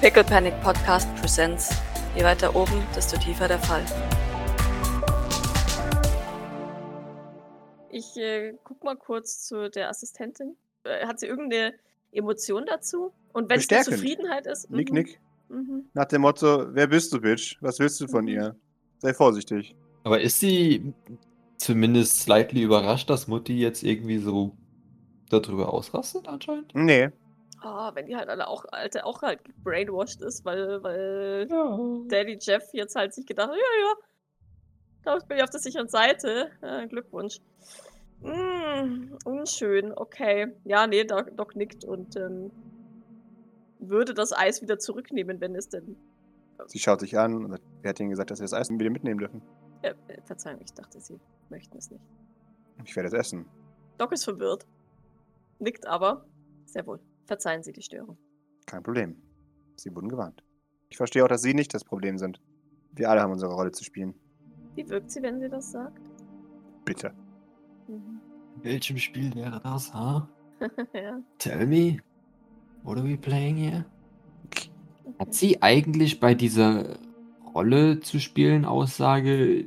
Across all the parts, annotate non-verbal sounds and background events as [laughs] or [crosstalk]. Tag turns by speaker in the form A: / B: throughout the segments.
A: Pickle Panic Podcast presents. Je weiter oben, desto tiefer der Fall.
B: Ich äh, guck mal kurz zu der Assistentin. Äh, hat sie irgendeine Emotion dazu? Und wenn es die
C: Bestärkend.
B: Zufriedenheit ist?
C: Nick,
B: mhm,
C: nick.
B: Mhm.
C: Nach dem Motto, wer bist du, Bitch? Was willst du von ihr? Sei vorsichtig.
D: Aber ist sie zumindest slightly überrascht, dass Mutti jetzt irgendwie so darüber ausrastet anscheinend?
C: Nee.
B: Ah, wenn die halt alle auch, alte, auch halt brainwashed ist, weil, weil
D: Ja.
B: Daddy Jeff jetzt halt sich gedacht hat, ja, ja, da bin ich auf der sicheren Seite. Äh, Glückwunsch. Mm, unschön, okay. Ja, nee, Doc, Doc nickt und ähm, würde das Eis wieder zurücknehmen, wenn es denn.
C: Sie schaut sich an und sagt, wer hat ihnen gesagt, dass wir das Eis wieder mitnehmen dürfen?
B: Äh, äh, Verzeihung, ich dachte, sie möchten es nicht.
C: Ich werde es essen.
B: Doc ist verwirrt, nickt aber. Sehr wohl. Verzeihen Sie die Störung.
C: Kein Problem. Sie wurden gewarnt. Ich verstehe auch, dass Sie nicht das Problem sind. Wir alle haben unsere Rolle zu spielen.
B: Wie wirkt sie, wenn sie das sagt?
C: Bitte.
B: Mhm. [laughs]
D: In welchem Spiel wäre das, ha?
B: ja.
D: Tell me, what are we playing here? Hat
B: Okay.
D: sie eigentlich bei dieser Rolle zu spielen Aussage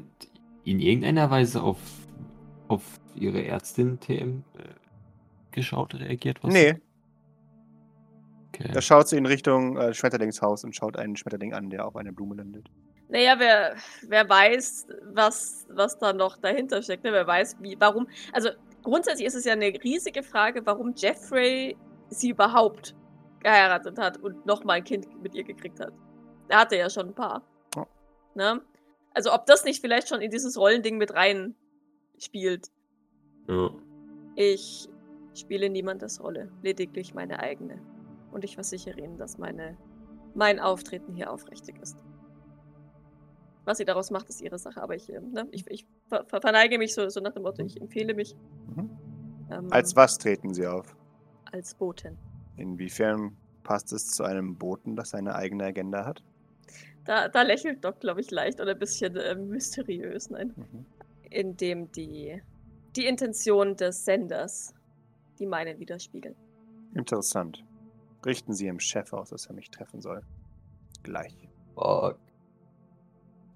D: in irgendeiner Weise auf, auf ihre Ärztin TM äh, geschaut, reagiert?
C: nee,
D: Okay.
C: da schaut sie in Richtung äh, Schmetterlingshaus und schaut einen Schmetterling an, der auf einer Blume landet.
B: Naja, wer, wer weiß, was, was da noch dahinter steckt. Ne? Wer weiß, wie, warum. Also grundsätzlich ist es ja eine riesige Frage, warum Jeffrey sie überhaupt geheiratet hat und nochmal ein Kind mit ihr gekriegt hat. Er hatte ja schon ein paar.
C: Ja.
B: Ne? Also ob das nicht vielleicht schon in dieses Rollending mit rein spielt.
D: Ja.
B: Ich spiele niemandes Rolle, lediglich meine eigene. Und ich versichere Ihnen, dass meine, mein Auftreten hier aufrichtig ist. Was sie daraus macht, ist ihre Sache, aber ich, ähm, ne, ich, ich ver ver- verneige mich so, so nach dem Motto, ich empfehle mich.
C: Mhm.
B: Ähm,
C: Als was treten Sie auf?
B: als Botin.
C: Inwiefern passt es zu einem Boten, das seine eigene Agenda hat?
B: Da, da lächelt Doc, glaube ich, leicht oder ein bisschen äh, mysteriös. Nein.
C: Mhm.
B: Indem die, die Intention des Senders die meinen widerspiegeln.
C: Interessant. Richten Sie Ihrem Chef aus, dass er mich treffen soll. Gleich.
D: Fuck.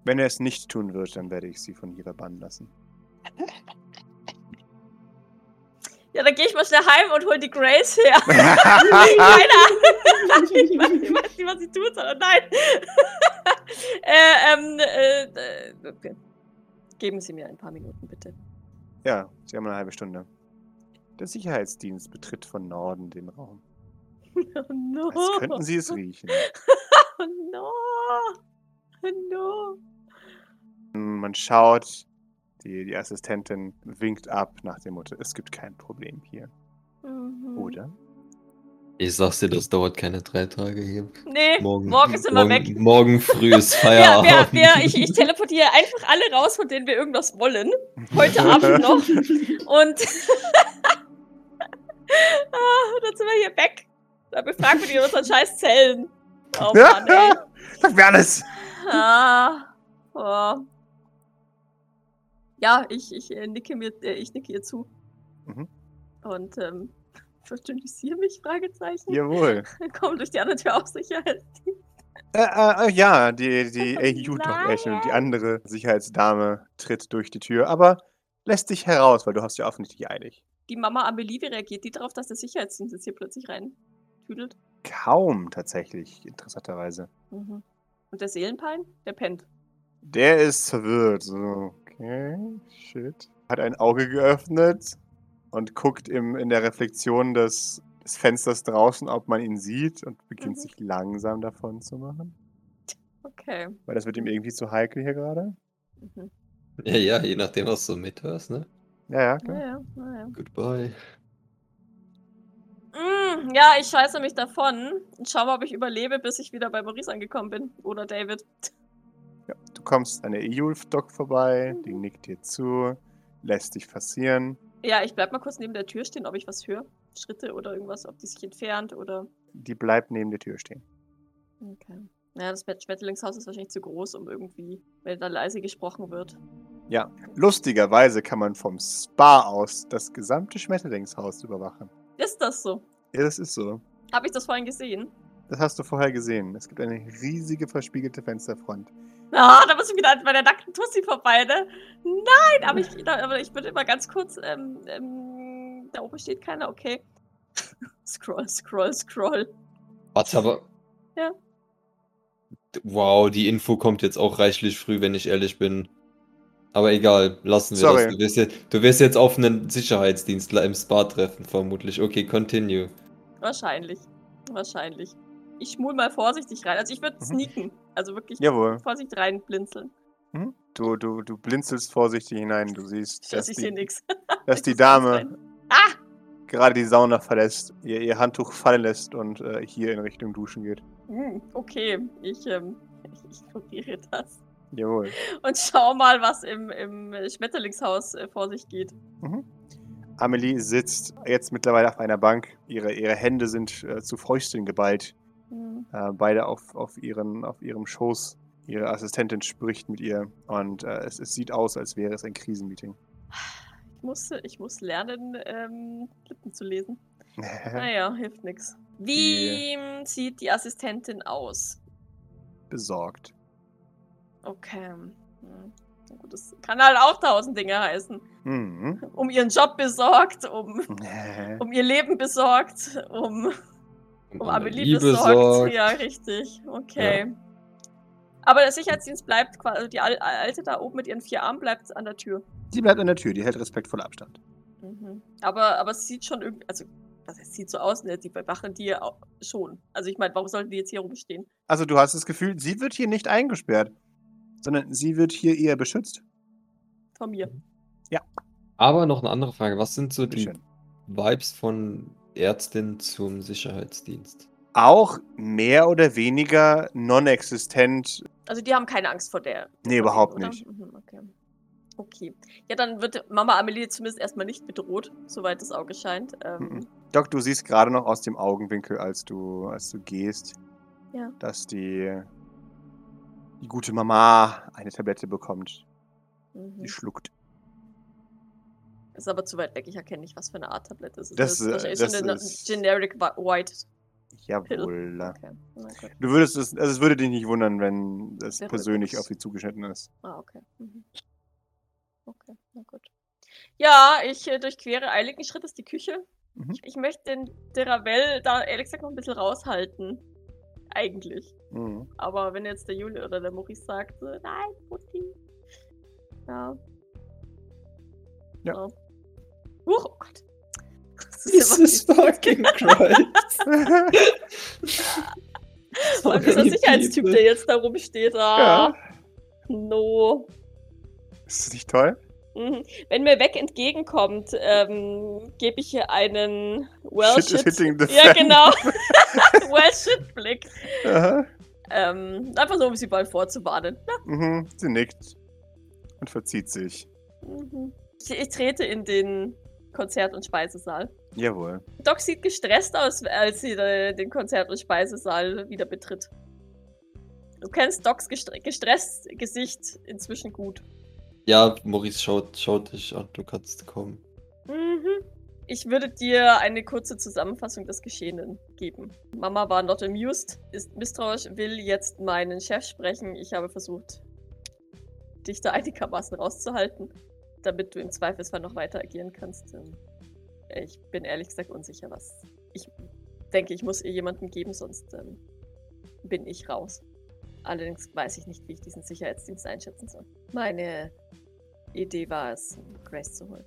C: Wenn er es nicht tun wird, dann werde ich Sie von hier
B: [laughs]
C: verbannen lassen.
B: Ja, dann gehe ich mal schnell heim und hol die Grace her.
C: Keine
B: Keine Ahnung. ich, weiß, ich weiß nicht, was ich tun soll. Oh nein. [laughs] äh, ähm, äh, äh, okay. Geben Sie mir ein paar Minuten, bitte.
C: Ja, Sie haben eine halbe Stunde. Der Sicherheitsdienst betritt von Norden den Raum.
B: Oh no.
C: Als könnten Sie es riechen.
B: Oh no. Oh no.
C: Man schaut, die, die Assistentin winkt ab nach dem Motto, es gibt kein Problem hier,
B: Mhm.
C: oder?
D: Ich sag's dir, das dauert keine drei Tage hier.
B: Nee, morgen,
D: Morgen,
B: sind
D: morgen,
B: wir weg. [laughs]
D: Morgen früh ist
B: Ja, wir,
D: Feierabend.
E: [laughs]
B: wir, ich, ich teleportiere einfach alle raus, von denen wir irgendwas wollen. Heute
D: [laughs]
B: Abend
C: [laughs]
B: noch. Und [laughs] ah, dann sind wir hier weg. Da befragen wir die in unseren scheiß Zellen. Oh Mann, ey.
C: Sag mir alles!
B: Ah, oh. Ja, ich, ich, äh, nicke mir, äh, ich nicke ihr zu.
C: Mhm.
B: Und ähm, [laughs] verdünnisiere mich, Fragezeichen. [laughs]
C: Jawohl.
B: Komm durch die andere Tür auf Sicherheit.
C: Äh, äh, äh, ja, die, die
B: Oh
C: AU doch
B: nein.
C: lächelt. Die andere Sicherheitsdame tritt durch die Tür, aber lässt dich heraus, weil du hast ja offensichtlich eilig.
B: Die Mama Amelie, wie reagiert die darauf, dass der Sicherheitsdienst jetzt hier plötzlich rein tüdelt?
C: Kaum tatsächlich, interessanterweise.
B: Und der Seelenpein? Der pennt.
C: Der ist verwirrt. So, okay, shit. Hat ein Auge geöffnet und guckt im, in der Reflexion des, des Fensters draußen, ob man ihn sieht und beginnt
B: Mhm.
C: sich langsam davon zu machen.
B: Okay.
C: Weil das wird ihm irgendwie zu heikel hier gerade.
B: Mhm.
D: ja, ja, je nachdem, was du mithörst, ne?
C: Ja, ja, klar.
B: Naja, naja.
D: Goodbye.
B: Mm, ja, ich scheiße mich davon und schau mal, ob ich überlebe, bis ich wieder bei Maurice angekommen bin. Oder David.
C: Ja. Du kommst an der Eulf-Doc vorbei, die
B: Mhm.
C: nickt dir zu, lässt dich passieren.
B: Ja, ich bleib mal kurz neben der Tür stehen, ob ich was höre. Schritte oder irgendwas, ob die sich entfernt oder.
C: Die bleibt neben der Tür stehen.
B: Okay. Ja, das Bett- Schmetterlingshaus ist wahrscheinlich zu groß, um irgendwie, wenn da leise gesprochen wird.
C: Lustigerweise kann man vom Spa aus das gesamte Schmetterlingshaus überwachen.
B: Ist das so?
C: Ja, das ist so.
B: Habe ich das vorhin gesehen?
C: Das hast du vorher gesehen. Es gibt eine riesige verspiegelte Fensterfront.
B: Ah, da muss ich wieder an meiner nackten Tussi vorbei, ne? Nein, aber ich, aber ich bin immer ganz kurz. Ähm, ähm, da oben steht keiner, okay. [laughs] scroll, scroll, scroll.
E: Warte, aber.
B: Ja.
E: Wow, die Info kommt jetzt auch reichlich früh, wenn ich ehrlich bin. Aber egal, lassen wir
C: Sorry.
E: das. Du wirst, jetzt, du wirst jetzt auf einen Sicherheitsdienstler im Spa treffen, vermutlich. Okay, continue.
B: Wahrscheinlich. Wahrscheinlich. Ich schmul mal vorsichtig rein. Also ich würde
C: Mhm.
B: sneaken. Also wirklich
C: Jawohl.
B: vorsichtig reinblinzeln.
C: Mhm. Du, du, du blinzelst vorsichtig hinein. Du siehst,
B: Dass
C: dass
B: ich sehe
C: die,
B: nichts.
C: dass die
B: Ich muss ganz
C: Dame
B: rein. Ah!
C: gerade die Sauna verlässt, ihr, ihr Handtuch fallen lässt und äh, hier in Richtung Duschen geht.
B: [laughs] Hm, okay, ich, ähm, ich probiere das.
C: Jawohl.
B: Und schau mal, was im, im äh, Schmetterlingshaus äh, vor sich geht.
C: Mhm. Amelie sitzt jetzt mittlerweile auf einer Bank. Ihre, ihre Hände sind äh, zu Fäusten geballt.
B: Hm.
C: Äh, beide auf, auf, ihren, auf ihrem Schoß. Ihre Assistentin spricht mit ihr und äh, es, es sieht aus, als wäre es ein Krisenmeeting.
B: Ich, muss, ich muss lernen, ähm, Lippen zu lesen. Naja, hilft nix. Wie sieht die Assistentin aus?
C: [laughs] Besorgt.
B: Okay. Hm. Na Gut, das kann halt auch tausend Dinge heißen.
C: Mhm.
B: Um ihren Job besorgt, um um ihr Leben besorgt, um, um Amelie besorgt. Ja, richtig. Okay. Aber der Sicherheitsdienst bleibt quasi, also die Al- Alte da oben mit ihren vier Armen bleibt an der Tür.
C: Sie bleibt an der Tür, die hält respektvoll Abstand.
B: Aber, aber es sieht schon irgendwie, also was heißt, sieht so aus, ne? Die bewachen die ja auch schon. Also ich meine, warum sollten die jetzt hier rumstehen?
C: Also du hast das Gefühl, sie wird hier nicht eingesperrt, sondern sie wird hier eher beschützt.
B: Von mir.
E: Aber noch eine andere Frage. Was sind so die
C: Bitteschön.
E: Vibes von Ärztin zum Sicherheitsdienst?
C: Auch mehr oder weniger non-existent
B: Also die haben keine Angst vor der.
C: Nee, überhaupt
B: oder?
C: nicht.
B: Mhm, okay. okay. Ja, dann wird Mama Amelie zumindest erstmal nicht bedroht, soweit das Auge scheint. Ähm,
C: Mhm. Doc, du siehst gerade noch aus dem Augenwinkel, als du, als du gehst,
B: Ja.
C: dass die, die gute Mama eine Tablette bekommt.
B: mhm.
C: Die schluckt.
B: Ist aber zu weit weg, ich erkenne nicht, was für eine Art Tablette es ist.
C: Das, äh,
B: wahrscheinlich
C: das
B: so eine
C: ist-
B: Generic Wa- White.
C: Jawohl.
B: Okay. Na gut.
C: Du würdest es, also es würde dich nicht wundern, wenn es
B: Wäre
C: persönlich
B: gut.
C: auf sie zugeschnitten ist.
B: Ah, okay. Mhm. Okay, na gut. Ja, ich äh, durchquere eiligen Schrittes die Küche.
C: Mhm.
B: Ich, ich möchte den Deravel da ehrlich gesagt noch ein bisschen raushalten. Eigentlich.
C: Mhm.
B: [laughs] Aber wenn jetzt der Juli oder der Maurice sagt, so, nein, Mutti. Ja.
C: Ja.
B: So. Huch, oh Gott. Das [laughs]
E: fucking Christ.
B: Und dieser Sicherheitstyp, der jetzt da rumsteht, ah, no.
C: Ist das nicht toll?
B: Mhm. Wenn mir weg entgegenkommt, ähm, gebe ich hier einen well
C: Shit is
B: shit.
C: hitting the
B: ja,
C: fan.
B: genau. [laughs] well shit Blick.
C: [laughs] Aha.
B: Ähm, einfach so, um sie bald vorzuwarnen.
C: Mhm. Sie nickt und verzieht sich.
B: Mhm. Ich, ich trete in den Konzert- und Speisesaal.
C: Jawohl. [laughs]
B: Doc sieht gestresst aus, als sie äh, den Konzert- und Speisesaal wieder betritt. Du kennst Docs gestre gestresst Gesicht inzwischen gut.
E: Ja, Maurice schaut, schaut dich an, du kannst kommen.
B: Mhm. Ich würde dir eine kurze Zusammenfassung des Geschehenen geben. Mama war not amused, ist misstrauisch, will jetzt meinen Chef sprechen. Ich habe versucht, dich da [laughs] einigermaßen rauszuhalten, damit du im Zweifelsfall noch weiter agieren kannst. Ähm, Ich bin ehrlich gesagt unsicher, was. Ich denke, ich muss ihr jemanden geben, sonst ähm, bin ich raus. Allerdings weiß ich nicht, wie ich diesen Sicherheitsdienst einschätzen soll. Meine Idee war es, Grace zu holen.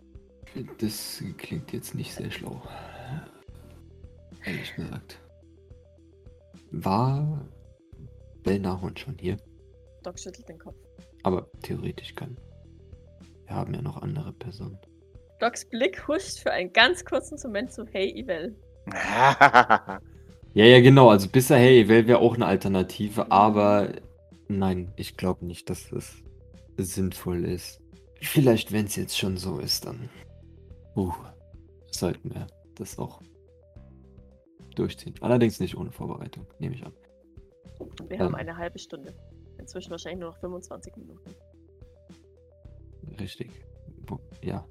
D: Das klingt jetzt nicht sehr schlau. Ehrlich gesagt. War Belnahon schon hier?
B: Doc schüttelt den Kopf.
D: Aber theoretisch kann. Wir haben ja noch andere Personen.
B: Docs Blick huscht für einen ganz kurzen Moment zu Hey Evel.
D: Ja, ja, genau. Also bisher, hey, wäre wär auch eine Alternative, aber nein, ich glaube nicht, dass das sinnvoll ist. Vielleicht, wenn es jetzt schon so ist, dann uh, sollten wir das auch durchziehen. Allerdings nicht ohne Vorbereitung, nehme ich an.
B: Wir
D: Ja.
B: haben eine halbe Stunde. Inzwischen wahrscheinlich nur noch 25 Minuten.
D: Richtig. Wo- Ja.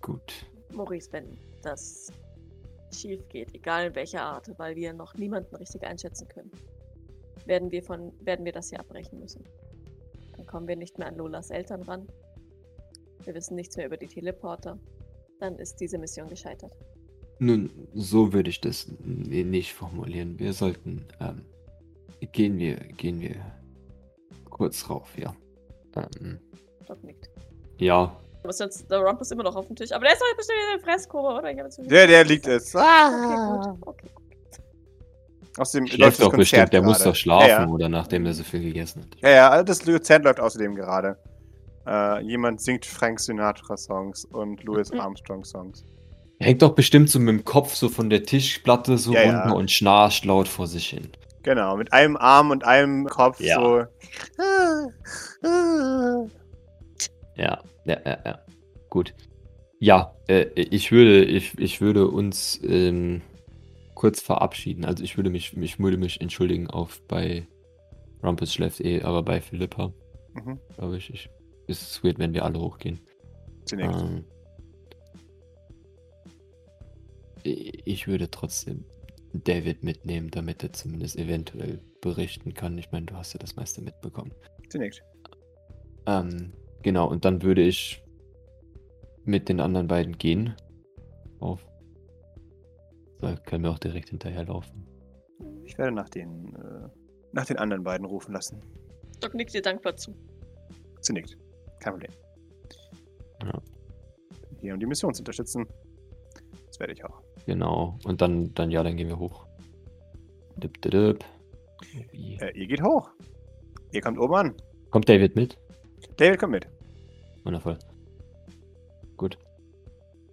D: Gut.
B: Maurice, wenn das schief geht, egal in welcher Art, weil wir noch niemanden richtig einschätzen können, werden wir, von, werden wir das hier abbrechen müssen. Dann kommen wir nicht mehr an Lolas Eltern ran. Wir wissen nichts mehr über die Teleporter. Dann ist diese Mission gescheitert.
D: Nun, so würde ich das n- nicht formulieren. Wir sollten, ähm, gehen wir, gehen wir kurz rauf, ja. Ähm,
B: Stopp nickt.
D: ja,
B: Aber sonst, der Rumpus ist immer noch auf dem Tisch. Aber der ist doch bestimmt wieder in Fresskoma, oder? Ich hab jetzt schon
C: Der, der
B: gesagt.
C: liegt es.
B: Okay,
C: Ah!
B: gut. Okay.
C: Außerdem läuft
D: schläft
C: das
D: doch bestimmt,
C: Konzert
D: der muss
C: gerade.
D: doch schlafen,
C: Ja, ja.
D: oder nachdem er so viel gegessen hat.
C: ja, ja also das Konzert läuft außerdem gerade. Äh, jemand singt Frank Sinatra-Songs und Louis
B: Mhm.
C: Armstrong-Songs.
D: Er hängt doch bestimmt so mit dem Kopf so von der Tischplatte so
C: Ja, ja.
D: runter und schnarcht laut vor sich hin.
C: Genau, mit einem Arm und einem Kopf
D: Ja.
C: so. Ah, ah.
D: Ja, ja, ja, ja. Gut. Ja, äh, ich würde, ich, ich würde uns ähm, kurz verabschieden. Also ich würde mich, mich würde mich entschuldigen auf bei Rumpus schläft eh, aber bei Philippa,
C: Mhm.
D: glaube ich, ich. Ist es weird, wenn wir alle hochgehen.
C: Zunächst.
D: Ähm, i- ich würde trotzdem David mitnehmen, damit er zumindest eventuell berichten kann. Ich meine, du hast ja das meiste mitbekommen.
C: Zunächst.
D: Ähm, genau, und dann würde ich mit den anderen beiden gehen. Auf. So, können wir auch direkt hinterherlaufen.
C: Ich werde nach den, äh, nach den anderen beiden rufen lassen.
B: Doc nickt dir dankbar zu.
C: Zunächst. Kein Problem.
D: Ja.
C: Hier, um die Mission zu unterstützen. Das werde ich auch.
D: Genau. Und dann, dann ja, dann gehen wir hoch. Dip, dip, dip. Wie-
C: Äh, ihr geht hoch. Ihr kommt oben an.
D: Kommt David mit?
C: David, komm mit.
D: Wundervoll. Gut.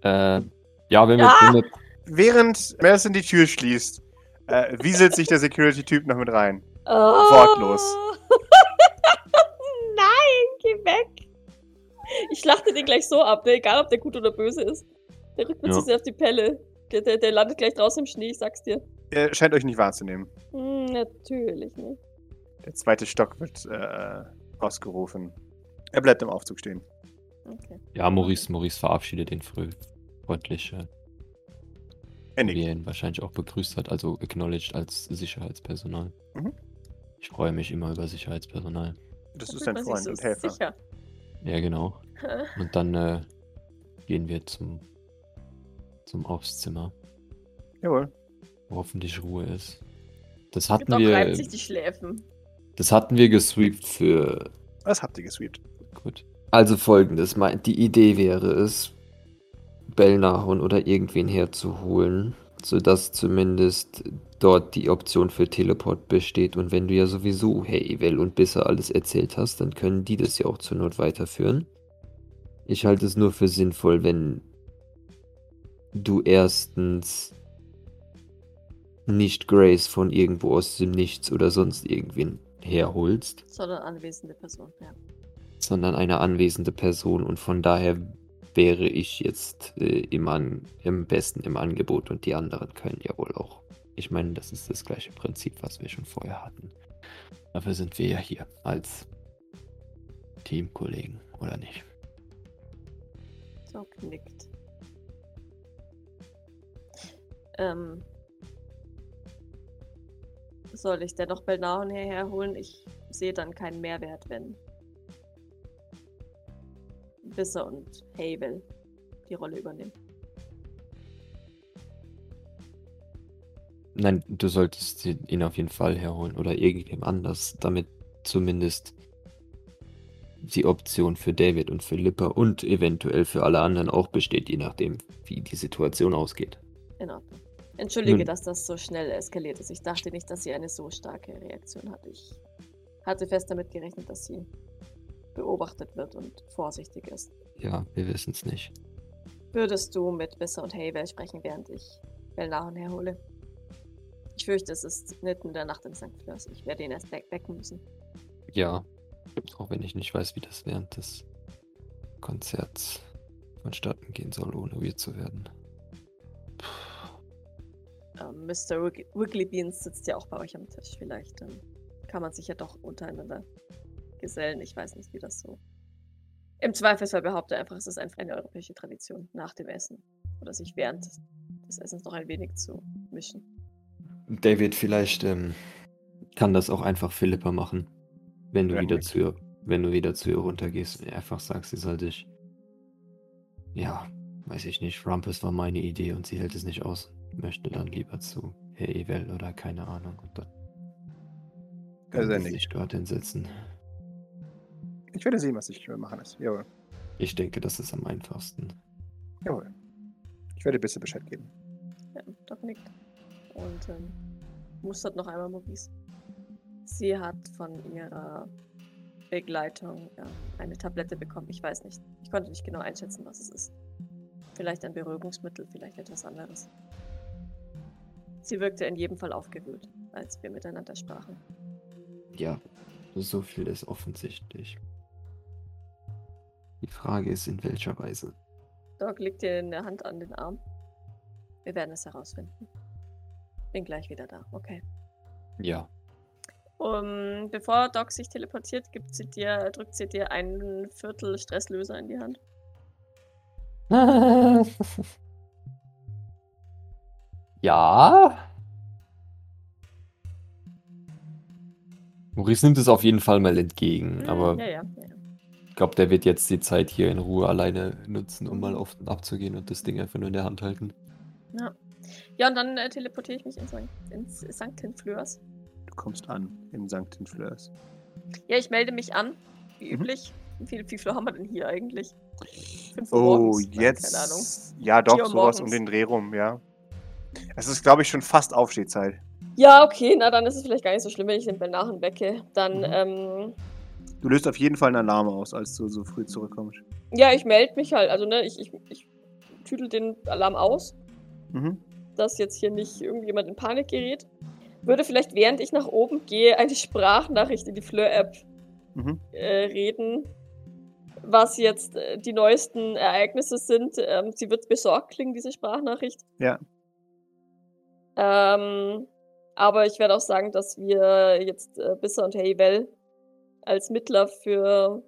D: Äh, ja, wenn wir,
B: Ja!
D: wenn wir.
C: Während Madison die Tür schließt, äh, wieselt sich der Security-Typ noch mit rein.
B: Oh.
C: Wortlos.
B: [laughs] Nein, geh weg. Ich lachte den gleich so ab, ne? egal ob der gut oder böse ist. Der rückt mir
D: Ja.
B: zu sehr auf die Pelle. Der, der, der landet gleich draußen im Schnee, ich sag's dir.
C: Er scheint euch nicht wahrzunehmen.
B: Hm, natürlich nicht.
C: Der zweite Stock wird äh, ausgerufen. Er bleibt im Aufzug stehen.
B: Okay.
D: Ja, Maurice, Maurice verabschiedet ihn früh. Freundlich, äh,
C: Er
D: wie
C: nickt.
D: er ihn wahrscheinlich auch begrüßt hat, also acknowledged als Sicherheitspersonal.
C: Mhm.
D: Ich freue mich immer über Sicherheitspersonal.
C: Das
B: Da
C: ist
B: fühlt
C: dein
B: man sich
C: Freund
B: so
C: und Helfer.
B: Sicher.
D: Ja, genau. Und dann äh, gehen wir zum, zum Aufzimmer,
C: Jawohl.
D: wo hoffentlich Ruhe ist. Das
B: Und
D: hatten
B: Doc reibt
D: wir,
B: sich die Schläfen.
D: das hatten wir gesweept für
C: Was habt ihr gesweept?
D: Gut. Also folgendes, mein- die Idee wäre es, Bellnahorn oder irgendwen herzuholen, sodass zumindest dort die Option für Teleport besteht. Und wenn du ja sowieso Heivel und Bisser alles erzählt hast, dann können die das ja auch zur Not weiterführen. Ich halte es nur für sinnvoll, wenn du erstens nicht Grace von irgendwo aus dem Nichts oder sonst irgendwen herholst
B: Sondern anwesende Person, ja.
D: sondern eine anwesende Person und von daher wäre ich jetzt äh, im, An im besten im Angebot und die anderen können ja wohl auch. Ich meine, das ist das gleiche Prinzip, was wir schon vorher hatten. Dafür sind wir ja hier als Teamkollegen, oder nicht?
B: Doc nickt. Ähm. Soll ich dennoch Belnahon hierher holen? Ich sehe dann keinen Mehrwert, wenn Wisse und Havel die Rolle übernehmen.
D: Nein, du solltest sie- ihn auf jeden Fall herholen oder irgendwem anders, damit zumindest die Option für David und Philippa und eventuell für alle anderen auch besteht, je nachdem, wie die Situation ausgeht.
B: In Ordnung. Entschuldige,
D: Nun.
B: dass das so schnell eskaliert ist. Ich dachte nicht, dass sie eine so starke Reaktion hat. Ich hatte fest damit gerechnet, dass sie beobachtet wird und vorsichtig ist.
D: Ja, wir wissen es nicht.
B: Würdest du mit Wisse und Havel sprechen, während ich Belnahon herhole? Ich fürchte, es ist mitten in der Nacht in St. Flörs. Ich werde ihn erst we- wecken müssen.
D: Ja. Auch wenn ich nicht weiß, wie das während des Konzerts vonstatten gehen soll, ohne weird zu werden.
B: Ähm, Mr. Wig- Wiggly Beans sitzt ja auch bei euch am Tisch. Vielleicht ähm, kann man sich ja doch untereinander gesellen. Ich weiß nicht, wie das so. Im Zweifelsfall behaupte einfach, es ist einfach eine europäische Tradition nach dem Essen oder sich während das Essen noch ein wenig zu mischen.
D: David, vielleicht ähm, kann das auch einfach Philippa machen. Wenn du
C: Ja.
D: wieder zu ihr, wenn du wieder zu ihr runtergehst, einfach sagst, sie soll dich. Ja, weiß ich nicht. Rumpus war meine Idee und sie hält es nicht aus. Möchte dann lieber zu Herr Evel oder keine Ahnung. Und dann kann
C: Also
D: sie
C: nicht.
D: sich dorthin setzen.
C: Ich werde sehen, was ich machen muss. Jawohl.
D: Ich denke, das ist am einfachsten.
C: Jawohl. Ich werde besser Bescheid geben.
B: Ja, Doc nickt. Und ähm, mustert noch einmal Maurice. Sie hat von ihrer Begleitung ähm, eine Tablette bekommen. Ich weiß nicht. Ich konnte nicht genau einschätzen, was es ist. Vielleicht ein Beruhigungsmittel, vielleicht etwas anderes. Sie wirkte in jedem Fall aufgewühlt, als wir miteinander sprachen.
D: Ja, so viel ist offensichtlich. Die Frage ist, in welcher Weise?
B: Doc legt dir eine Hand an den Arm. Wir werden es herausfinden. Bin gleich wieder da. Okay.
D: Ja.
B: Um, bevor Doc sich teleportiert, gibt sie dir, drückt sie dir ein Viertel Stresslöser in die Hand.
D: [laughs] ja. Maurice nimmt es auf jeden Fall mal entgegen,
C: Mhm.
D: aber
B: ja, ja, ja. ja.
D: ich glaube, der wird jetzt die Zeit hier in Ruhe alleine nutzen, um mal auf und abzugehen und das Ding einfach nur in der Hand halten.
B: Ja, und dann äh, teleportiere ich mich ins, ins St. Hinflörs.
C: Du kommst an im St. Fleurs.
B: Ja, ich melde mich an, wie
C: Mhm.
B: üblich. Wie viel, wie viel haben wir denn hier eigentlich? Fünf Uhr
C: Oh,
B: morgens? Nein,
C: jetzt.
B: Keine Ahnung.
C: Ja, doch,
B: Vier Uhr
C: sowas um
B: morgens.
C: den Dreh rum, ja. Es ist, glaube ich, schon fast Aufstehzeit.
B: Ja, okay, na dann ist es vielleicht gar nicht so schlimm, wenn ich den Bell nach und wecke. Dann, ähm,
C: Mhm. Du löst auf jeden Fall einen Alarm aus, als du so früh zurückkommst.
B: ja, ich melde mich halt. Also, ne, ich, ich, ich tüdel den Alarm aus.
C: Mhm.
B: dass jetzt hier nicht irgendjemand in Panik gerät. Würde vielleicht, während ich nach oben gehe, eine Sprachnachricht in die Fleur-App
C: Mhm.
B: äh, reden, was jetzt äh, die neuesten Ereignisse sind. Ähm, sie wird besorgt klingen, diese Sprachnachricht.
C: Ja.
B: Ähm, aber ich werde auch sagen, dass wir jetzt äh, Bissa und Haywell als Mittler für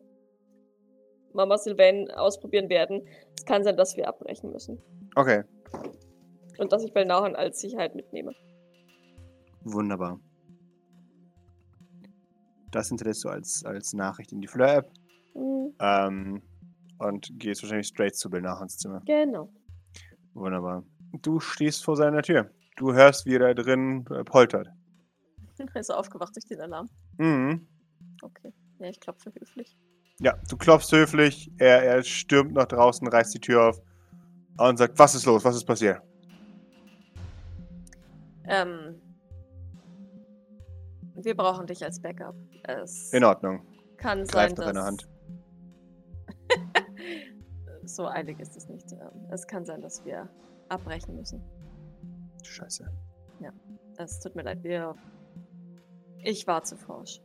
B: Mama Sylvain ausprobieren werden. Es kann sein, dass wir abbrechen müssen.
C: Okay,
B: Und dass ich Belnauhan als Sicherheit mitnehme.
C: wunderbar. Das hinterlässt du als, als Nachricht in die Fleur-App
B: Hm.
C: ähm, und gehst wahrscheinlich straight zu Bill nach ins Zimmer.
B: Genau.
C: Wunderbar. Du stehst vor seiner Tür. Du hörst, wie er da drin äh, poltert.
B: Ist er aufgewacht durch den Alarm?
C: Mhm.
B: Okay. Ja, ich klopfe höflich.
C: Ja, du klopfst höflich, er, er stürmt nach draußen, reißt die Tür auf und sagt, was ist los, was ist passiert?
B: Ähm. Wir brauchen dich als Backup. Es
C: In Ordnung,
B: kann sein,
C: Genau. greift nach
B: dass.
C: deiner Hand.
B: So eilig ist es nicht. Ähm, Es kann sein, dass wir abbrechen müssen.
C: Scheiße.
B: Es tut mir leid, wir. Ich war zu forsch.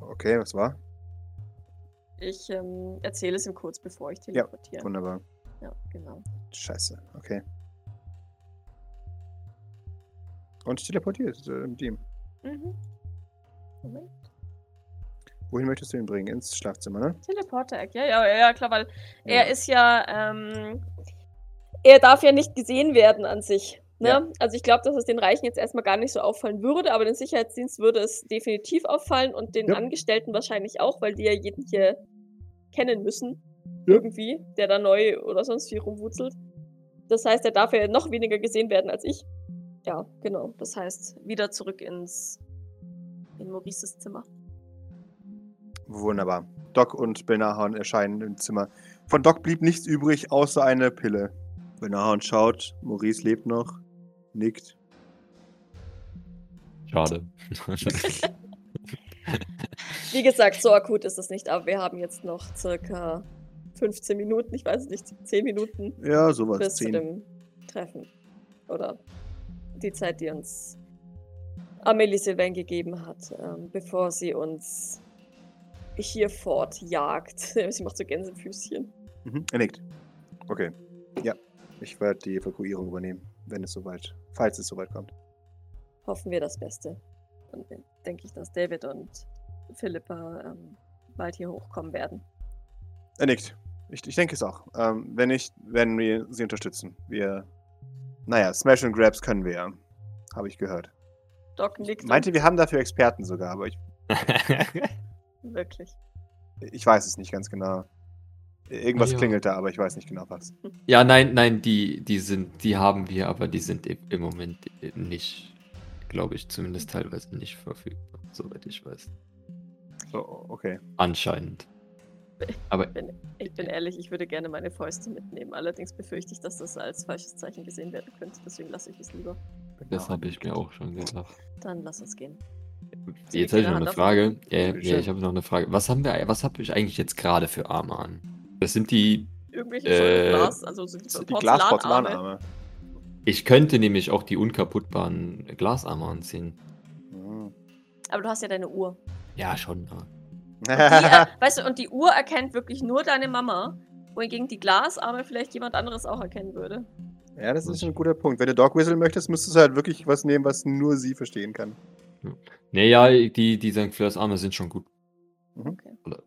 C: Okay, was war?
B: Ich ähm, erzähle es ihm kurz, bevor ich
C: Ja,
B: teleportiere.
C: Wunderbar.
B: ja genau.
C: Scheiße, okay. Und teleportiert äh, mit ihm.
B: Mhm. Moment.
C: Wohin möchtest du ihn bringen? Ins Schlafzimmer, ne?
B: Teleporter-Eck, ja, ja, ja, klar, weil
C: Ja.
B: er ist ja, ähm, er darf ja nicht gesehen werden an sich. Ne?
C: Ja.
B: Also ich glaube, dass es den Reichen jetzt erstmal gar nicht so auffallen würde, aber den Sicherheitsdienst würde es definitiv auffallen und den
C: Ja.
B: Angestellten wahrscheinlich auch, weil die ja jeden hier kennen müssen,
C: Ja.
B: irgendwie, der da neu oder sonst wie rumwutzelt. Das heißt, er darf ja noch weniger gesehen werden als ich. Ja, genau. Das heißt, wieder zurück ins in Maurices Zimmer.
C: Wunderbar. Doc und Benahorn erscheinen im Zimmer. Von Doc blieb nichts übrig, außer eine Pille. Benahorn schaut, Maurice lebt noch, nickt.
D: Schade.
B: Wie gesagt, so akut ist es nicht, aber wir haben jetzt noch circa 15 Minuten, ich weiß es nicht, 10 Minuten
C: Ja, sowas.
B: bis zu
C: zehn.
B: dem Treffen. Oder die Zeit, die uns Amelie Sylvain gegeben hat, ähm, bevor sie uns hier fortjagt. [laughs] sie macht so Gänsefüßchen.
C: Mhm, er nickt. Okay. Ja, ich werde die Evakuierung übernehmen, wenn es soweit, falls es soweit kommt.
B: Hoffen wir das Beste. Und dann denke ich, dass David und Philippa ähm, bald hier hochkommen werden.
C: Er nickt. Ich, ich denke es auch. Ähm, wenn nicht, werden wir sie unterstützen. Wir Naja, Smash und Grabs können wir ja. Habe ich gehört.
B: Doc nickt.
C: Meinte, wir haben dafür Experten sogar, aber ich,
B: und- Wirklich.
C: ich weiß es nicht ganz genau. Irgendwas
D: Ja.
C: klingelt da, aber ich weiß nicht genau was.
D: ja, nein, nein, die, die sind, die haben wir, aber die sind i- im Moment nicht, glaube ich, zumindest teilweise nicht verfügbar, soweit ich weiß.
C: So, okay.
D: Anscheinend. Aber
B: Ich bin ehrlich, ich würde gerne meine Fäuste mitnehmen. Allerdings befürchte ich, dass das als falsches Zeichen gesehen werden könnte. Deswegen lasse ich es lieber.
C: Genau.
D: das habe ich mir auch schon gedacht.
B: Dann lass uns gehen.
D: Jetzt habe ich noch eine Frage. Ja,
C: Bitte
D: ja,
C: schön.
D: ich habe noch eine Frage. Was haben wir, was habe ich eigentlich jetzt gerade für Arme an? Das sind die.
B: Irgendwelche
D: Äh,
B: äh, Glas, also so
C: So,
B: die
C: die
B: Porzellanarme.
C: Glasporzellanarme.
D: Ich könnte nämlich auch die unkaputtbaren Glasarme anziehen.
C: Hm.
B: Aber du hast ja deine
D: [laughs]
B: Uhr.
D: Ja, schon. aber-
B: Die, äh, weißt du, und die Uhr erkennt wirklich nur deine Mama, wohingegen die Glasarme vielleicht jemand anderes auch erkennen würde.
C: [laughs] ja, das ist ein guter Punkt. Wenn du Dog Whistle möchtest, müsstest du halt wirklich was nehmen, was nur sie verstehen kann.
D: Naja, die, die St. Flairs Arme sind schon gut.
C: Mhm.
B: Okay.
D: Oder-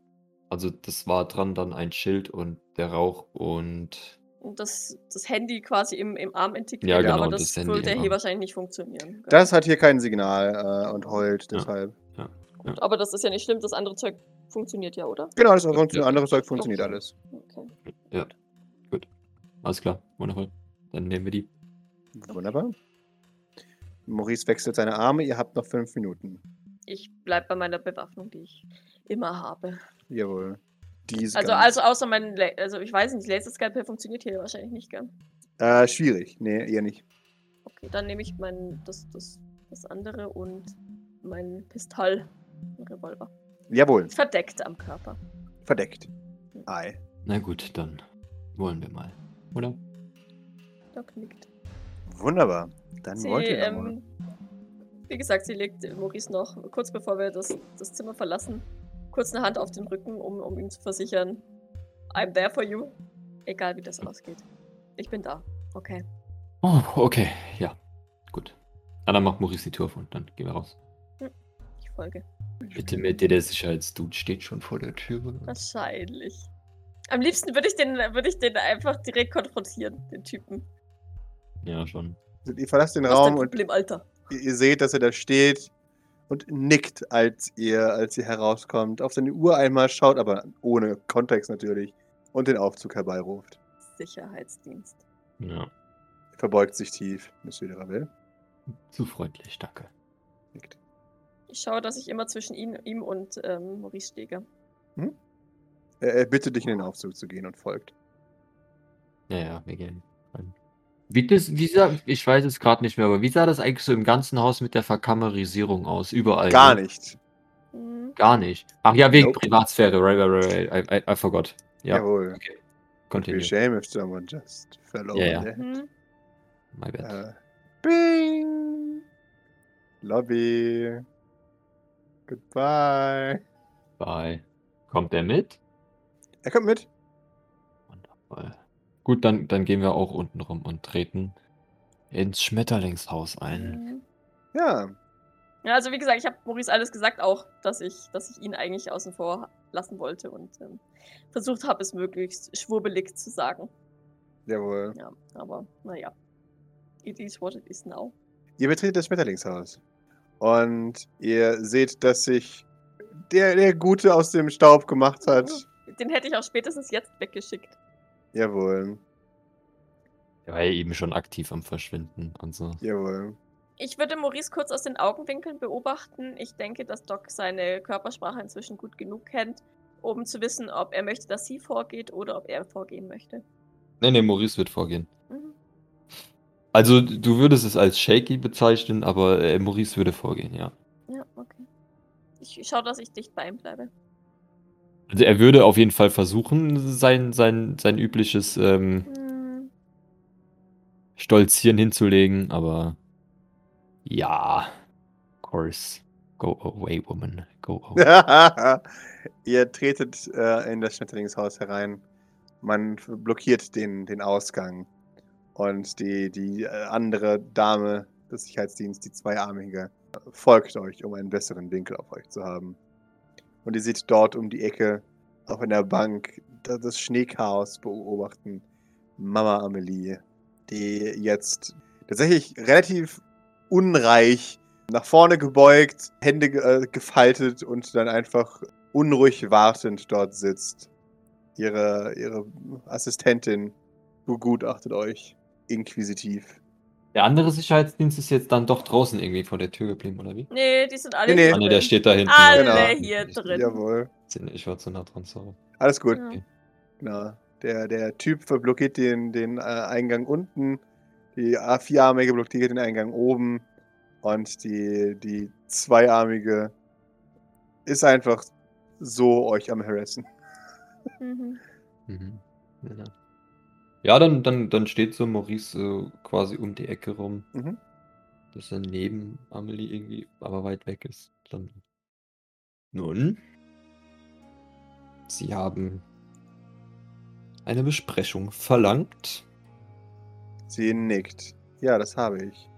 D: Also, das war dran dann ein Schild und der Rauch und.
B: Und das, das Handy quasi im, im Arm integriert,
D: Ja, genau,
B: aber
D: das
B: das,
D: Handy
B: würde
D: im
B: hier
D: Arm.
B: wahrscheinlich nicht funktionieren. Gell?
C: Das hat hier kein Signal äh, und heult, deshalb.
B: Gut, aber das ist ja nicht schlimm, das andere Zeug funktioniert ja, oder?
C: Genau, das ansonsten
D: Ja.
C: andere Zeug funktioniert
B: Okay.
C: alles.
B: Okay.
D: Alles klar, wundervoll. Dann nehmen wir die.
C: Wunderbar. Maurice wechselt seine Arme, ihr habt noch fünf Minuten.
B: Ich bleib bei meiner Bewaffnung, die ich immer habe.
C: Jawohl. Diese
B: Also, also außer mein, La also ich weiß nicht, Laser Scalpel funktioniert hier wahrscheinlich nicht, gell? also-
C: Äh, schwierig. Nee, eher nicht.
B: Okay, dann nehme ich mein, das, das, das andere und mein Pistol, mein Revolver.
C: Jawohl.
B: Verdeckt am Körper.
C: Verdeckt. Ei.
D: Na gut, dann wollen wir mal. Oder?
B: Doc nickt.
C: Wunderbar. Dann
B: Sie,
C: wollt ihr doch mal.
B: ähm, wie gesagt, sie legt Maurice noch, kurz bevor wir das, das Zimmer verlassen, kurz eine Hand auf den Rücken, um, um ihm zu versichern, I'm there for you. Egal wie das ausgeht. Ich bin da. Okay.
D: Oh, okay, ja. Gut. Ah, dann macht Maurice die Tür auf und dann gehen wir raus.
B: Ich folge.
D: Bitte mit dir, der Sicherheitsdude steht schon vor der Tür.
B: Wahrscheinlich. Am liebsten würde ich den, würde ich den einfach direkt konfrontieren, den Typen.
D: Ja, schon.
C: Also, Ihr verlasst den
B: Was ist dein
C: Raum und
B: Problem, Alter?
C: ihr, ihr seht, dass er da steht und nickt, als ihr, als ihr herauskommt. Auf seine Uhr einmal schaut, aber ohne Kontext natürlich. Und den Aufzug herbeiruft.
B: Sicherheitsdienst.
D: Ja.
C: Verbeugt sich tief, Monsieur de Ravel.
D: Zu freundlich, danke.
C: Nickt.
B: Ich schaue, dass ich immer zwischen ihn, ihm und ähm, Maurice stehe.
C: Er, er bittet dich, in den Aufzug zu gehen und folgt.
D: Ja, ja, wir gehen. rein. Wie, das, wie sah, ich weiß es gerade nicht mehr, aber wie sah das eigentlich so im ganzen Haus mit der Verkammerisierung aus? Überall.
C: Gar
D: ne?
C: nicht.
B: Hm.
D: Gar nicht. Ach ja, wegen
C: Nope.
D: Privatsphäre. Right, right, right, right. I, I, I forgot. Ja,
C: Jawohl.
D: okay.
C: Be
D: Continue.
C: shame if someone just fell over
D: Ja, ja.
C: there.
B: Hm.
D: My bad.
C: Äh, bing! Lobby! Goodbye!
D: Bye. Kommt er mit?
C: Er kommt mit.
D: Wundervoll. Gut, dann, dann gehen wir auch unten rum und treten ins Schmetterlingshaus ein.
B: Hm.
C: Ja,
B: Ja, also wie gesagt, ich habe Maurice alles gesagt, auch, dass ich, dass ich ihn eigentlich außen vor lassen wollte und ähm, versucht habe, es möglichst schwurbelig zu sagen.
C: jawohl.
B: Ja, aber naja. It is what it is now.
C: Ihr betretet das Schmetterlingshaus. Und ihr seht, dass sich der, der Gute aus dem Staub gemacht hat.
B: Den hätte ich auch spätestens jetzt weggeschickt.
C: Jawohl,
D: Er war ja eben schon aktiv am Verschwinden und so.
C: jawohl.
B: Ich würde Maurice kurz aus den Augenwinkeln beobachten. Ich denke, dass Doc seine Körpersprache inzwischen gut genug kennt, um zu wissen, ob er möchte, dass sie vorgeht oder ob er vorgehen möchte.
D: Nee, nee, Maurice wird vorgehen.
B: Mhm.
D: Also, du würdest es als shaky bezeichnen, aber äh, Maurice würde vorgehen, ja.
B: Ja, okay. Ich schaue, dass ich dicht bei ihm bleibe.
D: Also er würde auf jeden Fall versuchen, sein, sein, sein übliches ähm,
B: Hm.
D: Stolzieren hinzulegen, aber ja, of course. Go away, woman. Go
B: [laughs]
D: away.
C: [laughs] ihr tretet äh, in das Schmetterlingshaus herein. Man f- blockiert den, den Ausgang. Und die, die äh, andere Dame des Sicherheitsdienstes, die Zweiarmige, folgt euch, um einen besseren Winkel auf euch zu haben. Und ihr seht dort um die Ecke auf einer Bank da- das Schneechaos beobachten. Mama Amelie, die jetzt tatsächlich relativ unreich nach vorne gebeugt, Hände ge- äh, gefaltet und dann einfach unruhig wartend dort sitzt. Ihre, ihre Assistentin begutachtet euch inquisitiv.
D: Der andere Sicherheitsdienst ist jetzt dann doch draußen irgendwie vor der Tür geblieben, oder wie?
B: Nee, die sind alle hier
C: Nee, nee.
E: Ah,
B: drin.
E: nee, der steht da hinten.
B: Alle
C: Genau.
B: hier drin.
C: Jawohl.
D: Ich war zu nah dran, sorry.
C: Alles gut.
B: Ja.
C: Genau. Der, der Typ verblockiert den, den äh, Eingang unten, die a- vierarmige blockiert den Eingang oben und die, die zweiarmige ist einfach so euch am harassen.
B: Mhm.
D: Mhm. Ja, na.
E: Ja, dann, dann, dann steht so Maurice äh, quasi um die Ecke rum,
C: Mhm.
E: dass er neben Amelie irgendwie, aber weit weg ist. Dann. Nun?
D: Sie haben eine Besprechung verlangt.
C: Sie nickt. Ja, das habe ich.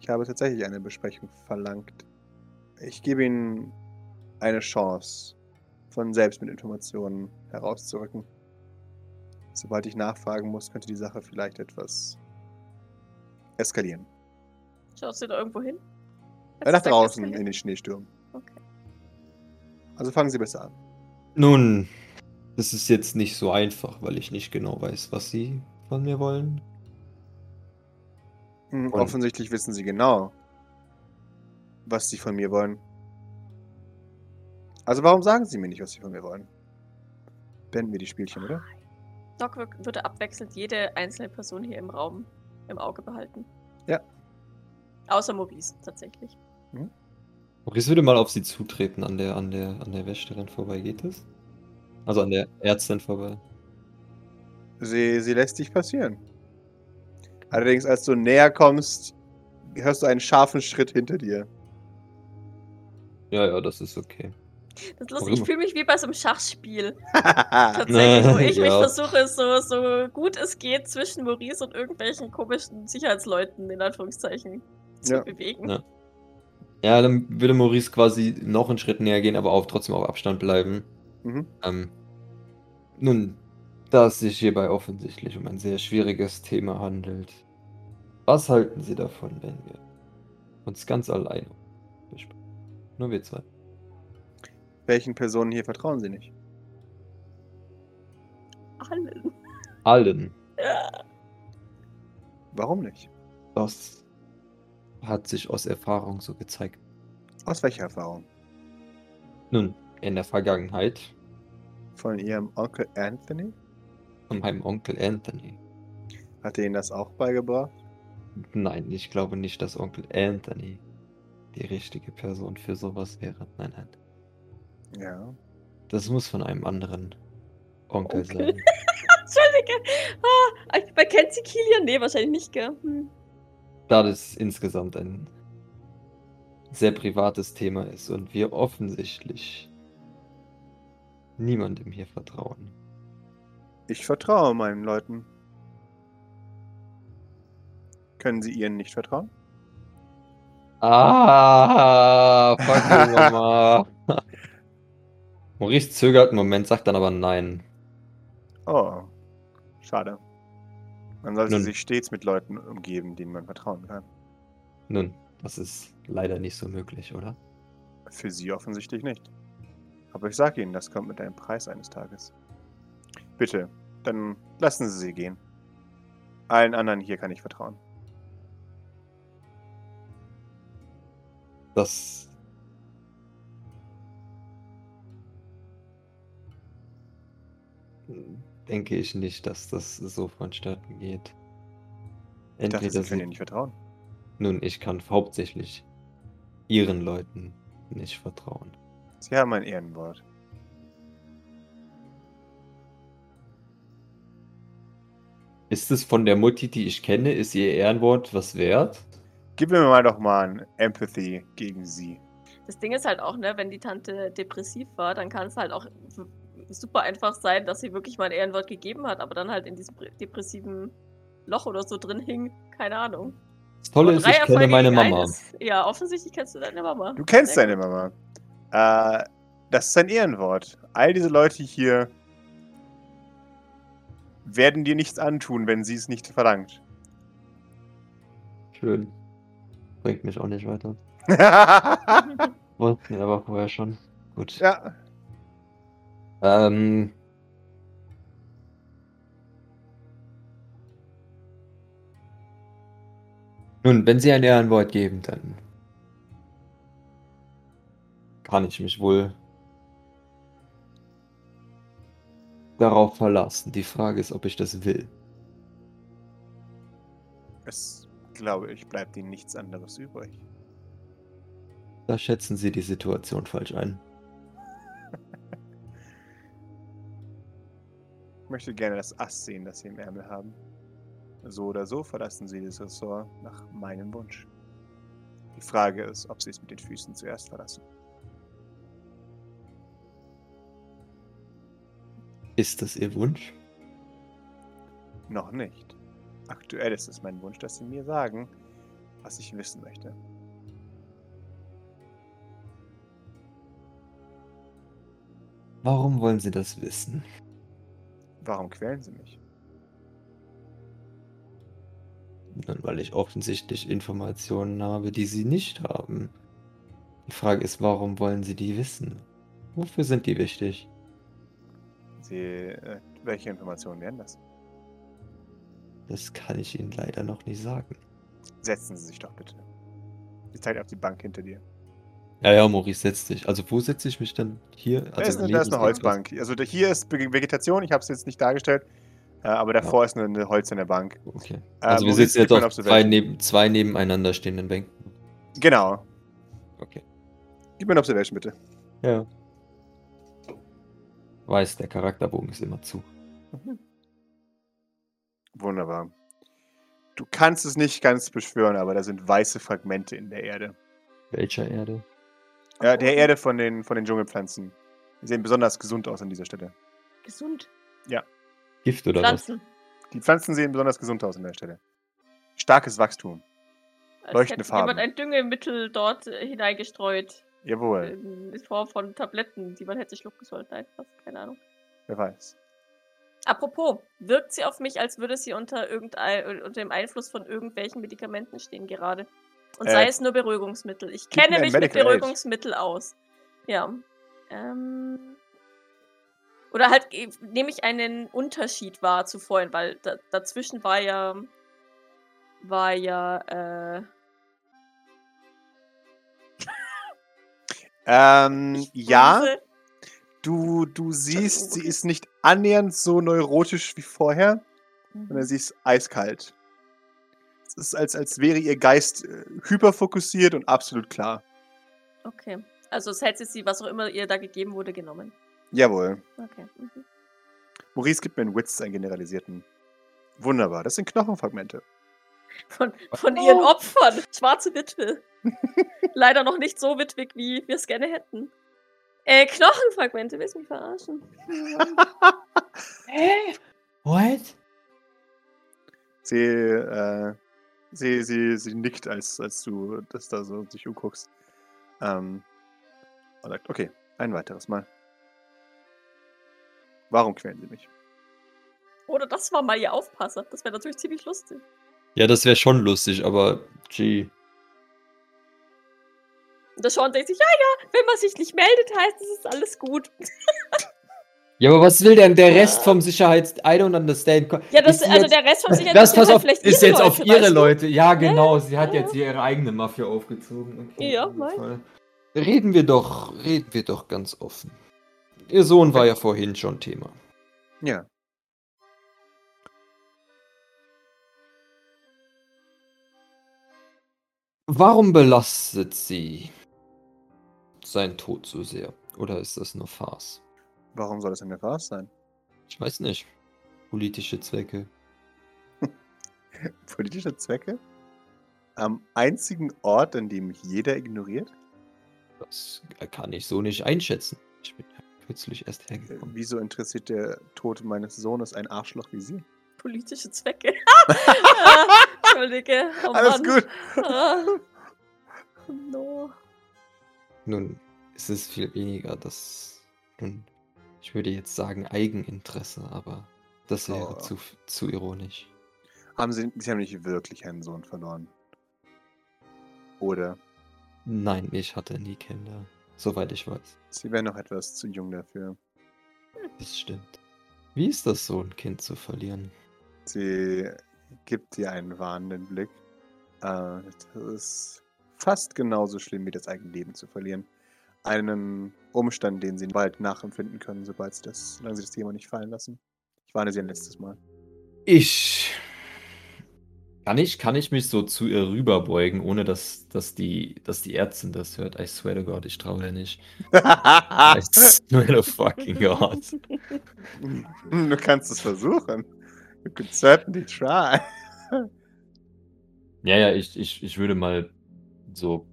C: Ich habe tatsächlich eine Besprechung verlangt. Ich gebe Ihnen eine Chance, von selbst mit Informationen herauszurücken. Sobald ich nachfragen muss, könnte die Sache vielleicht etwas eskalieren.
B: Schaust du da irgendwo hin?
C: Äh, nach draußen in
B: Okay.
C: den Schneesturm. Also fangen Sie besser an.
E: Nun, das ist jetzt nicht so einfach, weil ich nicht genau weiß, was Sie von mir wollen.
C: Hm,
D: Und-
C: Offensichtlich wissen Sie genau, was Sie von mir wollen. Also warum sagen Sie mir nicht, was Sie von mir wollen? Beenden wir die Spielchen, oder?
B: Doc wür- würde abwechselnd jede einzelne Person hier im Raum im Auge behalten.
C: Ja.
B: Außer Maurice, tatsächlich.
E: Maurice würde mal auf Sie zutreten, an der, an der, an der Wäscherin vorbei. Geht es? Also an der Ärztin vorbei.
C: Sie, sie lässt dich passieren. Allerdings, als du näher kommst, hörst du einen scharfen Schritt hinter dir.
E: Ja, ja, das ist okay.
B: Das ist lustig,
E: Warum?
B: ich fühle mich wie bei so einem Schachspiel.
E: Nee,
B: Tatsächlich,
D: [laughs]
B: wo ich mich
E: ja.
B: versuche, so, so gut es geht, zwischen Maurice und irgendwelchen komischen Sicherheitsleuten, in Anführungszeichen, zu
C: Ja.
B: bewegen.
E: Ja. Ja, dann würde Maurice quasi noch einen Schritt näher gehen, aber auch trotzdem auf Abstand bleiben.
C: Mhm.
E: Ähm,
D: Nun, da es sich hierbei offensichtlich um ein sehr schwieriges Thema handelt, was halten Sie davon, wenn wir uns ganz alleine besprechen? Nur wir zwei.
C: Welchen Personen hier vertrauen sie nicht?
B: Allen.
D: Allen.
C: Warum nicht?
D: Das hat sich aus Erfahrung so gezeigt.
C: Aus welcher Erfahrung?
D: Nun, in der Vergangenheit
C: Von ihrem Onkel Anthony?
D: von meinem Onkel Anthony.
C: Hat er ihnen das auch beigebracht?
D: Nein, ich glaube nicht, dass Onkel Anthony die richtige Person für sowas wäre. Nein, nein.
C: Ja.
D: Das muss von einem anderen Onkel
B: Onkel?
D: sein.
B: [laughs] Entschuldige. Ah, man kennt sie Kilian? Nee, wahrscheinlich nicht, gell? Hm.
D: Da das insgesamt ein sehr privates Thema ist und wir offensichtlich niemandem hier vertrauen.
C: Ich vertraue meinen Leuten. Können sie ihnen nicht vertrauen?
D: Ah, fuck you, Mama. Maurice zögert einen Moment, sagt dann aber nein.
C: Oh. Schade. Man sollte
D: Nun.
C: sich stets mit Leuten umgeben, denen man vertrauen kann.
D: Nun, das ist leider nicht so möglich, oder?
C: Für sie offensichtlich nicht. Aber ich sage Ihnen, das kommt mit einem Preis eines Tages. Bitte, dann lassen Sie sie gehen. Allen anderen hier kann ich vertrauen.
D: Das. Denke ich nicht, dass das so vonstatten geht.
C: Ich dachte, Sie
D: Entweder
C: können ihr
D: sind,
C: nicht vertrauen.
D: nun, ich kann hauptsächlich ihren Leuten nicht vertrauen.
C: Sie haben ein Ehrenwort.
D: Ist es von der Mutti, die ich kenne, ist ihr Ehrenwort was wert?
C: Gib mir mal doch mal ein Empathy gegen sie.
B: Das Ding ist halt auch, ne, wenn die Tante depressiv war, dann kann es halt auch w- super einfach sein, dass sie wirklich mal ein Ehrenwort gegeben hat, aber dann halt in diesem pr- depressiven Loch oder so drin hing. Keine Ahnung.
D: Das Tolle
B: Und
D: ist, ich
B: drei
D: kenne
B: Erfolge
D: meine
B: gegen
D: Mama.
B: eines. Ja, offensichtlich kennst du deine Mama.
C: Du kennst
B: Sehr
C: deine Mama. Äh, das ist ein Ehrenwort. All diese Leute hier werden dir nichts antun, wenn sie es nicht verlangt.
D: Schön. Bringt mich auch nicht weiter. Oh,
C: ja,
D: Wollten wir aber vorher schon. Gut. Ähm. Nun, wenn Sie ein Ehrenwort geben, dann kann ich mich wohl darauf verlassen. Die Frage ist, ob ich das will.
C: es glaube ich, bleibt ihnen nichts anderes übrig.
D: Da schätzen Sie die Situation falsch ein.
C: Ich möchte gerne das Ass sehen, das sie im Ärmel haben. So oder so verlassen sie das Ressort nach meinem Wunsch. Die Frage ist, ob sie es mit den Füßen zuerst verlassen.
D: Ist das Ihr Wunsch?
C: Noch nicht. Aktuell ist es mein Wunsch, dass sie mir sagen, was ich wissen möchte.
D: Warum wollen Sie das wissen?
C: Warum quälen sie mich?
D: Nun, weil ich offensichtlich Informationen habe, die Sie nicht haben. Die Frage ist, warum wollen Sie die wissen? Wofür sind die wichtig?
C: Sie, äh, welche Informationen wären das?
D: Das kann ich Ihnen leider noch nicht sagen.
C: Setzen Sie sich doch bitte. Sie zeigt auf die Bank hinter dir.
D: Ja, ja, Maurice, setz dich. Also, wo setze ich mich dann hier?
C: Da ist,
D: Also,
C: eine, da
D: neben
C: ist eine
D: etwas-
C: Holzbank. Also da- hier ist Be- Vegetation, ich habe es jetzt nicht dargestellt, äh, aber davor ist eine, eine hölzerne Bank.
D: Okay.
C: Äh,
D: Also, wir
C: Maurice,
D: sitzen jetzt
C: gib mir
D: auf Ne-
C: eine
D: zwei,
C: Observation.
D: neben, zwei nebeneinander stehenden Bänken.
C: Genau.
D: Okay.
C: Gib mir eine Observation bitte.
D: Ja. Weiß, der Charakterbogen ist immer zu.
C: Wunderbar. Du kannst es nicht ganz beschwören, aber da sind weiße Fragmente in der Erde.
D: Welcher Erde?
C: Äh,
D: Oh.
C: der Erde von den, von den Dschungelpflanzen. Die sehen besonders gesund aus an dieser Stelle.
B: Gesund.
D: Gift oder was?
B: Pflanzen.
C: Die Pflanzen sehen besonders gesund aus an der Stelle. Starkes Wachstum.
B: Als
C: Leuchtende
B: hätte jemand
C: Farben.
B: ein Düngemittel dort äh, hineingestreut. ähm,
C: Jawohl,
B: In Form von Tabletten, die man hätte schlucken sollen. Nein, was, keine Ahnung.
C: wer weiß.
B: Apropos, wirkt sie auf mich, als würde sie unter, irgendein, äh, unter dem Einfluss von irgendwelchen Medikamenten stehen gerade. Und
C: Äh,
B: sei es nur Beruhigungsmittel. Ich
C: gib mir
B: kenne
C: ein
B: mich mit
C: Medical Aid.
B: Beruhigungsmittel aus. Ja. Ähm, oder halt eh, nehme ich einen Unterschied wahr zu vorhin, weil da, dazwischen war ja war ja äh,
C: Ähm,
B: ich
C: ja.
B: wusste-
C: Du, du siehst, sie
B: okay.
C: ist nicht annähernd so neurotisch wie vorher, sondern sie ist eiskalt. Es ist, als, als wäre ihr Geist äh, hyperfokussiert und absolut klar.
B: Okay. Also es hätte sie, was auch immer ihr da gegeben wurde, genommen.
C: Jawohl.
B: Okay. Mhm.
C: Maurice gibt mir einen Witz, einen generalisierten. Wunderbar, das sind Knochenfragmente.
B: Von, von ihren Opfern. Schwarze [laughs] Witwe. Leider noch nicht so witwig, wie wir es gerne hätten. Äh, Knochenfragmente, willst du mich verarschen?
D: What?
C: Sie, äh, sie, sie, sie nickt, als, als du das da so dich umguckst. Ähm, und sagt, okay, ein weiteres Mal. Warum quälen sie mich?
B: Oder das war mal ihr Aufpasser. Das wäre natürlich ziemlich lustig.
D: Ja, das wäre schon lustig, aber gee.
B: Und der Sean denkt sich, ja, ja, wenn man sich nicht meldet, heißt es, ist alles gut.
D: Ja, aber was will denn der Rest vom Sicherheits... I don't understand. Ko-
B: Ja, das,
D: Ist sie
B: also
D: jetzt-
B: der Rest von sich
D: [laughs] das pass auf, ist jetzt auf ihre
B: weißt du?
D: Leute. Ja, genau, sie hat
B: ja,
D: jetzt hier ihre eigene Mafia aufgezogen. Okay,
B: Ja,
D: auf jeden
B: weiß.
D: Fall. Reden wir doch, reden wir doch ganz offen. Ihr Sohn war ja vorhin schon Thema.
C: Ja.
D: Warum belastet sie sein Tod so sehr? Oder ist das nur Farce?
C: Warum soll das eine Farce sein? [laughs]
D: Ich weiß nicht. Politische Zwecke.
C: Politische Zwecke? Am einzigen Ort, an dem mich jeder ignoriert?
D: Das kann ich so nicht einschätzen. Ich bin ja kürzlich erst
C: Äh,
D: hergekommen.
C: Wieso interessiert der Tod meines Sohnes ein Arschloch wie Sie?
B: Politische
D: [laughs]
B: Zwecke. Ah, Entschuldige. Oh
C: Alles
B: Mann.
C: gut.
B: Ah. No.
D: Nun, es ist viel weniger das. Nun, ich würde jetzt sagen Eigeninteresse, aber das wäre
C: Oh.
D: zu, zu ironisch.
C: Haben Sie, Sie haben nicht wirklich einen Sohn verloren. Oder
E: Nein, ich hatte nie Kinder. Soweit ich weiß.
C: sie wäre noch etwas zu jung dafür.
E: Das stimmt. Wie ist das so, ein Kind zu verlieren?
C: Sie gibt dir einen warnenden Blick. Äh, das ist fast genauso schlimm wie das eigene Leben zu verlieren. Einen Umstand, den sie bald nachempfinden können, sobald sie das, solange sie das Thema nicht fallen lassen. Ich warne sie ein letztes Mal.
D: Ich. Kann ich, kann ich mich so zu ihr rüberbeugen, ohne dass, dass, die, dass die Ärztin das hört? I swear to God, ich traue ihr nicht.
C: Ah.
D: I swear to fucking God.
C: [laughs] du kannst es versuchen. You could certainly try.
D: Ja, ja, ich, ich, ich würde mal so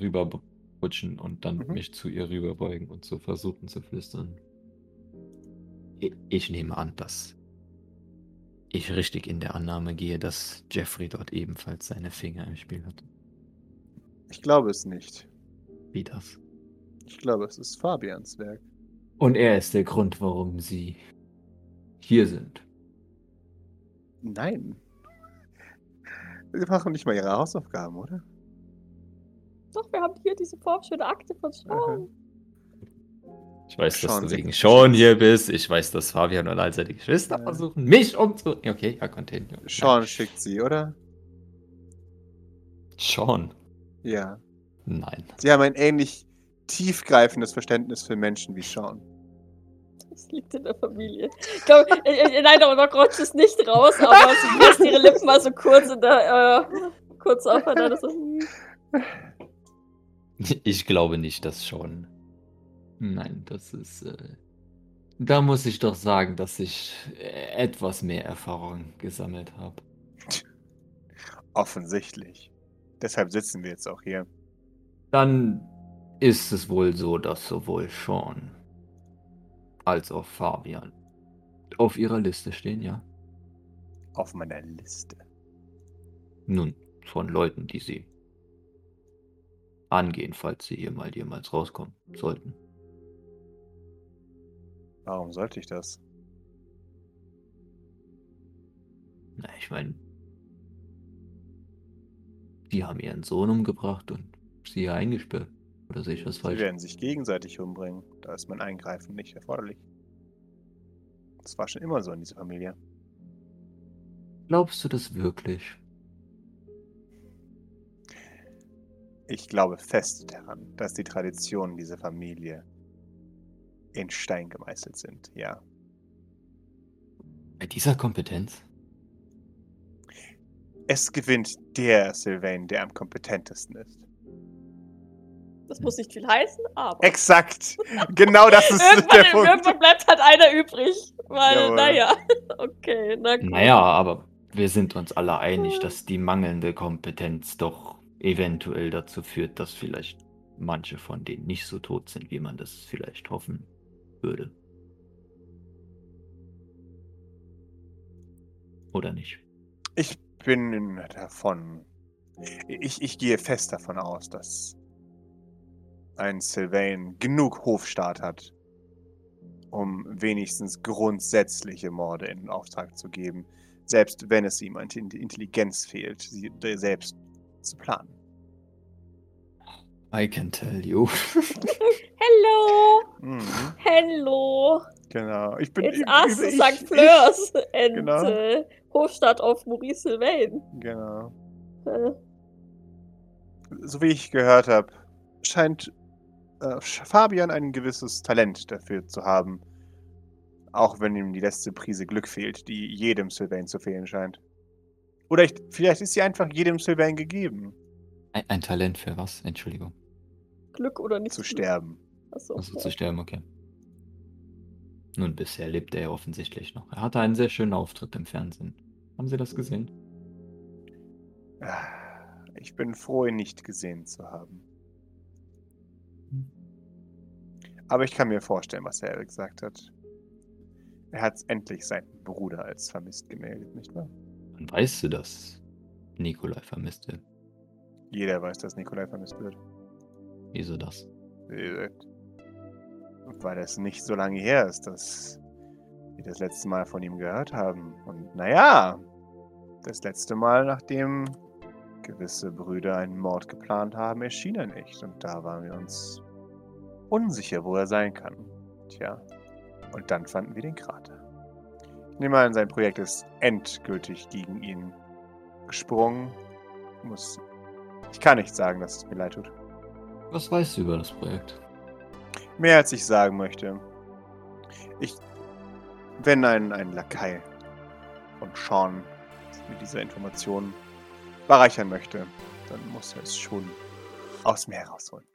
D: rüberrutschen und dann
C: Mhm.
D: mich zu ihr rüberbeugen und so versuchen zu flüstern. Ich, ich nehme an, dass ich richtig in der Annahme gehe, dass Jeffrey dort ebenfalls seine Finger im Spiel hat.
C: Ich glaube es nicht.
D: Wie das?
C: Ich glaube, es ist Fabians Werk.
D: Und er ist der Grund, warum sie hier sind.
C: Nein. Sie machen nicht mal ihre Hausaufgaben, oder?
B: Doch, wir haben hier diese formschöne Akte von Sean.
D: Ich weiß, dass
C: Schauen
D: du
C: Sie-
D: wegen Sean hier bist. Ich weiß, dass Fabian und all seine Geschwister
C: Ja.
D: versuchen, mich umzu... Okay, ja, continue.
C: Sean schickt sie, oder?
D: Sean.
C: Ja.
D: Nein.
C: Sie haben ein ähnlich tiefgreifendes Verständnis für Menschen wie Sean.
B: Das liegt in der Familie. Ich glaub, äh, äh, nein, aber noch rutscht es nicht raus,
C: [laughs]
B: aber sie lässt ihre Lippen mal so kurz, in der, äh, kurz aufeinander. So. hm.
D: [laughs] Ich glaube nicht, dass Sean... Nein, das ist... Äh... Da muss ich doch sagen, dass ich äh, etwas mehr Erfahrung gesammelt habe.
C: Offensichtlich. Deshalb sitzen wir jetzt auch hier.
D: Dann ist es wohl so, dass sowohl Sean als auch Fabian auf ihrer Liste stehen, ja?
C: Auf meiner Liste.
D: Nun, von Leuten, die sie angehen, falls sie hier mal jemals rauskommen sollten.
C: Warum sollte ich das?
D: Na, ich meine, die haben ihren Sohn umgebracht und sie hier eingesperrt. Oder sehe ich das
C: Sie
D: falsch?
C: werden sich gegenseitig umbringen. Da ist mein Eingreifen nicht erforderlich. Das war schon immer so in dieser Familie.
D: Glaubst du das wirklich?
C: Ich glaube fest daran, dass die Traditionen dieser Familie in Stein gemeißelt sind, ja.
D: Bei dieser Kompetenz?
C: Es gewinnt der Sylvain, der am kompetentesten ist.
B: Das muss nicht viel heißen, aber.
C: Exakt! Genau das ist
B: [laughs]
C: der
B: Irgendwann,
C: Punkt.
B: irgendwann bleibt halt einer übrig. Weil,
C: Jawohl.
B: naja. [laughs] Okay, na gut.
D: Naja, aber wir sind uns alle einig, dass die mangelnde Kompetenz doch eventuell dazu führt, dass vielleicht manche von denen nicht so tot sind, wie man das vielleicht hoffen würde. Oder nicht?
C: Ich bin davon. Ich, ich gehe fest davon aus, dass ein Sylvain genug Hofstaat hat, um wenigstens grundsätzliche Morde in Auftrag zu geben, selbst wenn es ihm an die Intelligenz fehlt, sie selbst zu planen.
D: I can tell you.
B: Hello! [laughs]
C: Mhm,
B: Hello!
C: genau. Ich bin
B: It's
C: ich-
B: us,
C: ich-
B: St.
C: ich-
B: Fleurs! And
C: Genau.
B: äh, Hofstadt auf Maurice Sylvain.
C: Genau.
B: Äh,
C: so wie ich gehört habe, scheint äh, Sch- Fabian ein gewisses Talent dafür zu haben. Auch wenn ihm die letzte Prise Glück fehlt, die jedem Sylvain zu fehlen scheint. Oder ich, vielleicht ist sie einfach jedem Sylvain gegeben,
D: Ein, ein Talent für was? Entschuldigung.
B: Glück oder nicht. [laughs]
C: zu
B: Glück.
C: sterben.
B: Achso,
D: Also
B: ja.
D: zu sterben, okay. Nun, bisher lebt er ja offensichtlich noch. Er hatte einen sehr schönen Auftritt im Fernsehen. Haben Sie das gesehen?
C: Ah, Ich bin froh, ihn nicht gesehen zu haben. Aber ich kann mir vorstellen, was er gesagt hat. Er hat endlich seinen Bruder als vermisst gemeldet, nicht wahr?
D: Wann weißt du, dass Nikolai vermisst wird?
C: Jeder weiß, dass Nikolai vermisst wird.
D: Wieso das?
C: Äh, Weil es nicht so lange her ist, dass wir das letzte Mal von ihm gehört haben. Und naja, das letzte Mal, nachdem gewisse Brüder einen Mord geplant haben, erschien er nicht. Und da waren wir uns unsicher, wo er sein kann. Tja, und dann fanden wir den Krater. Ich nehme an, sein Projekt ist endgültig gegen ihn gesprungen. Muss. Ich kann nicht sagen, dass es mir leid tut.
D: Was weißt du über das Projekt?
C: Mehr als ich sagen möchte. Ich. Wenn ein, ein Lakai und Sean mit dieser Information bereichern möchte, dann muss er es schon aus mir herausholen.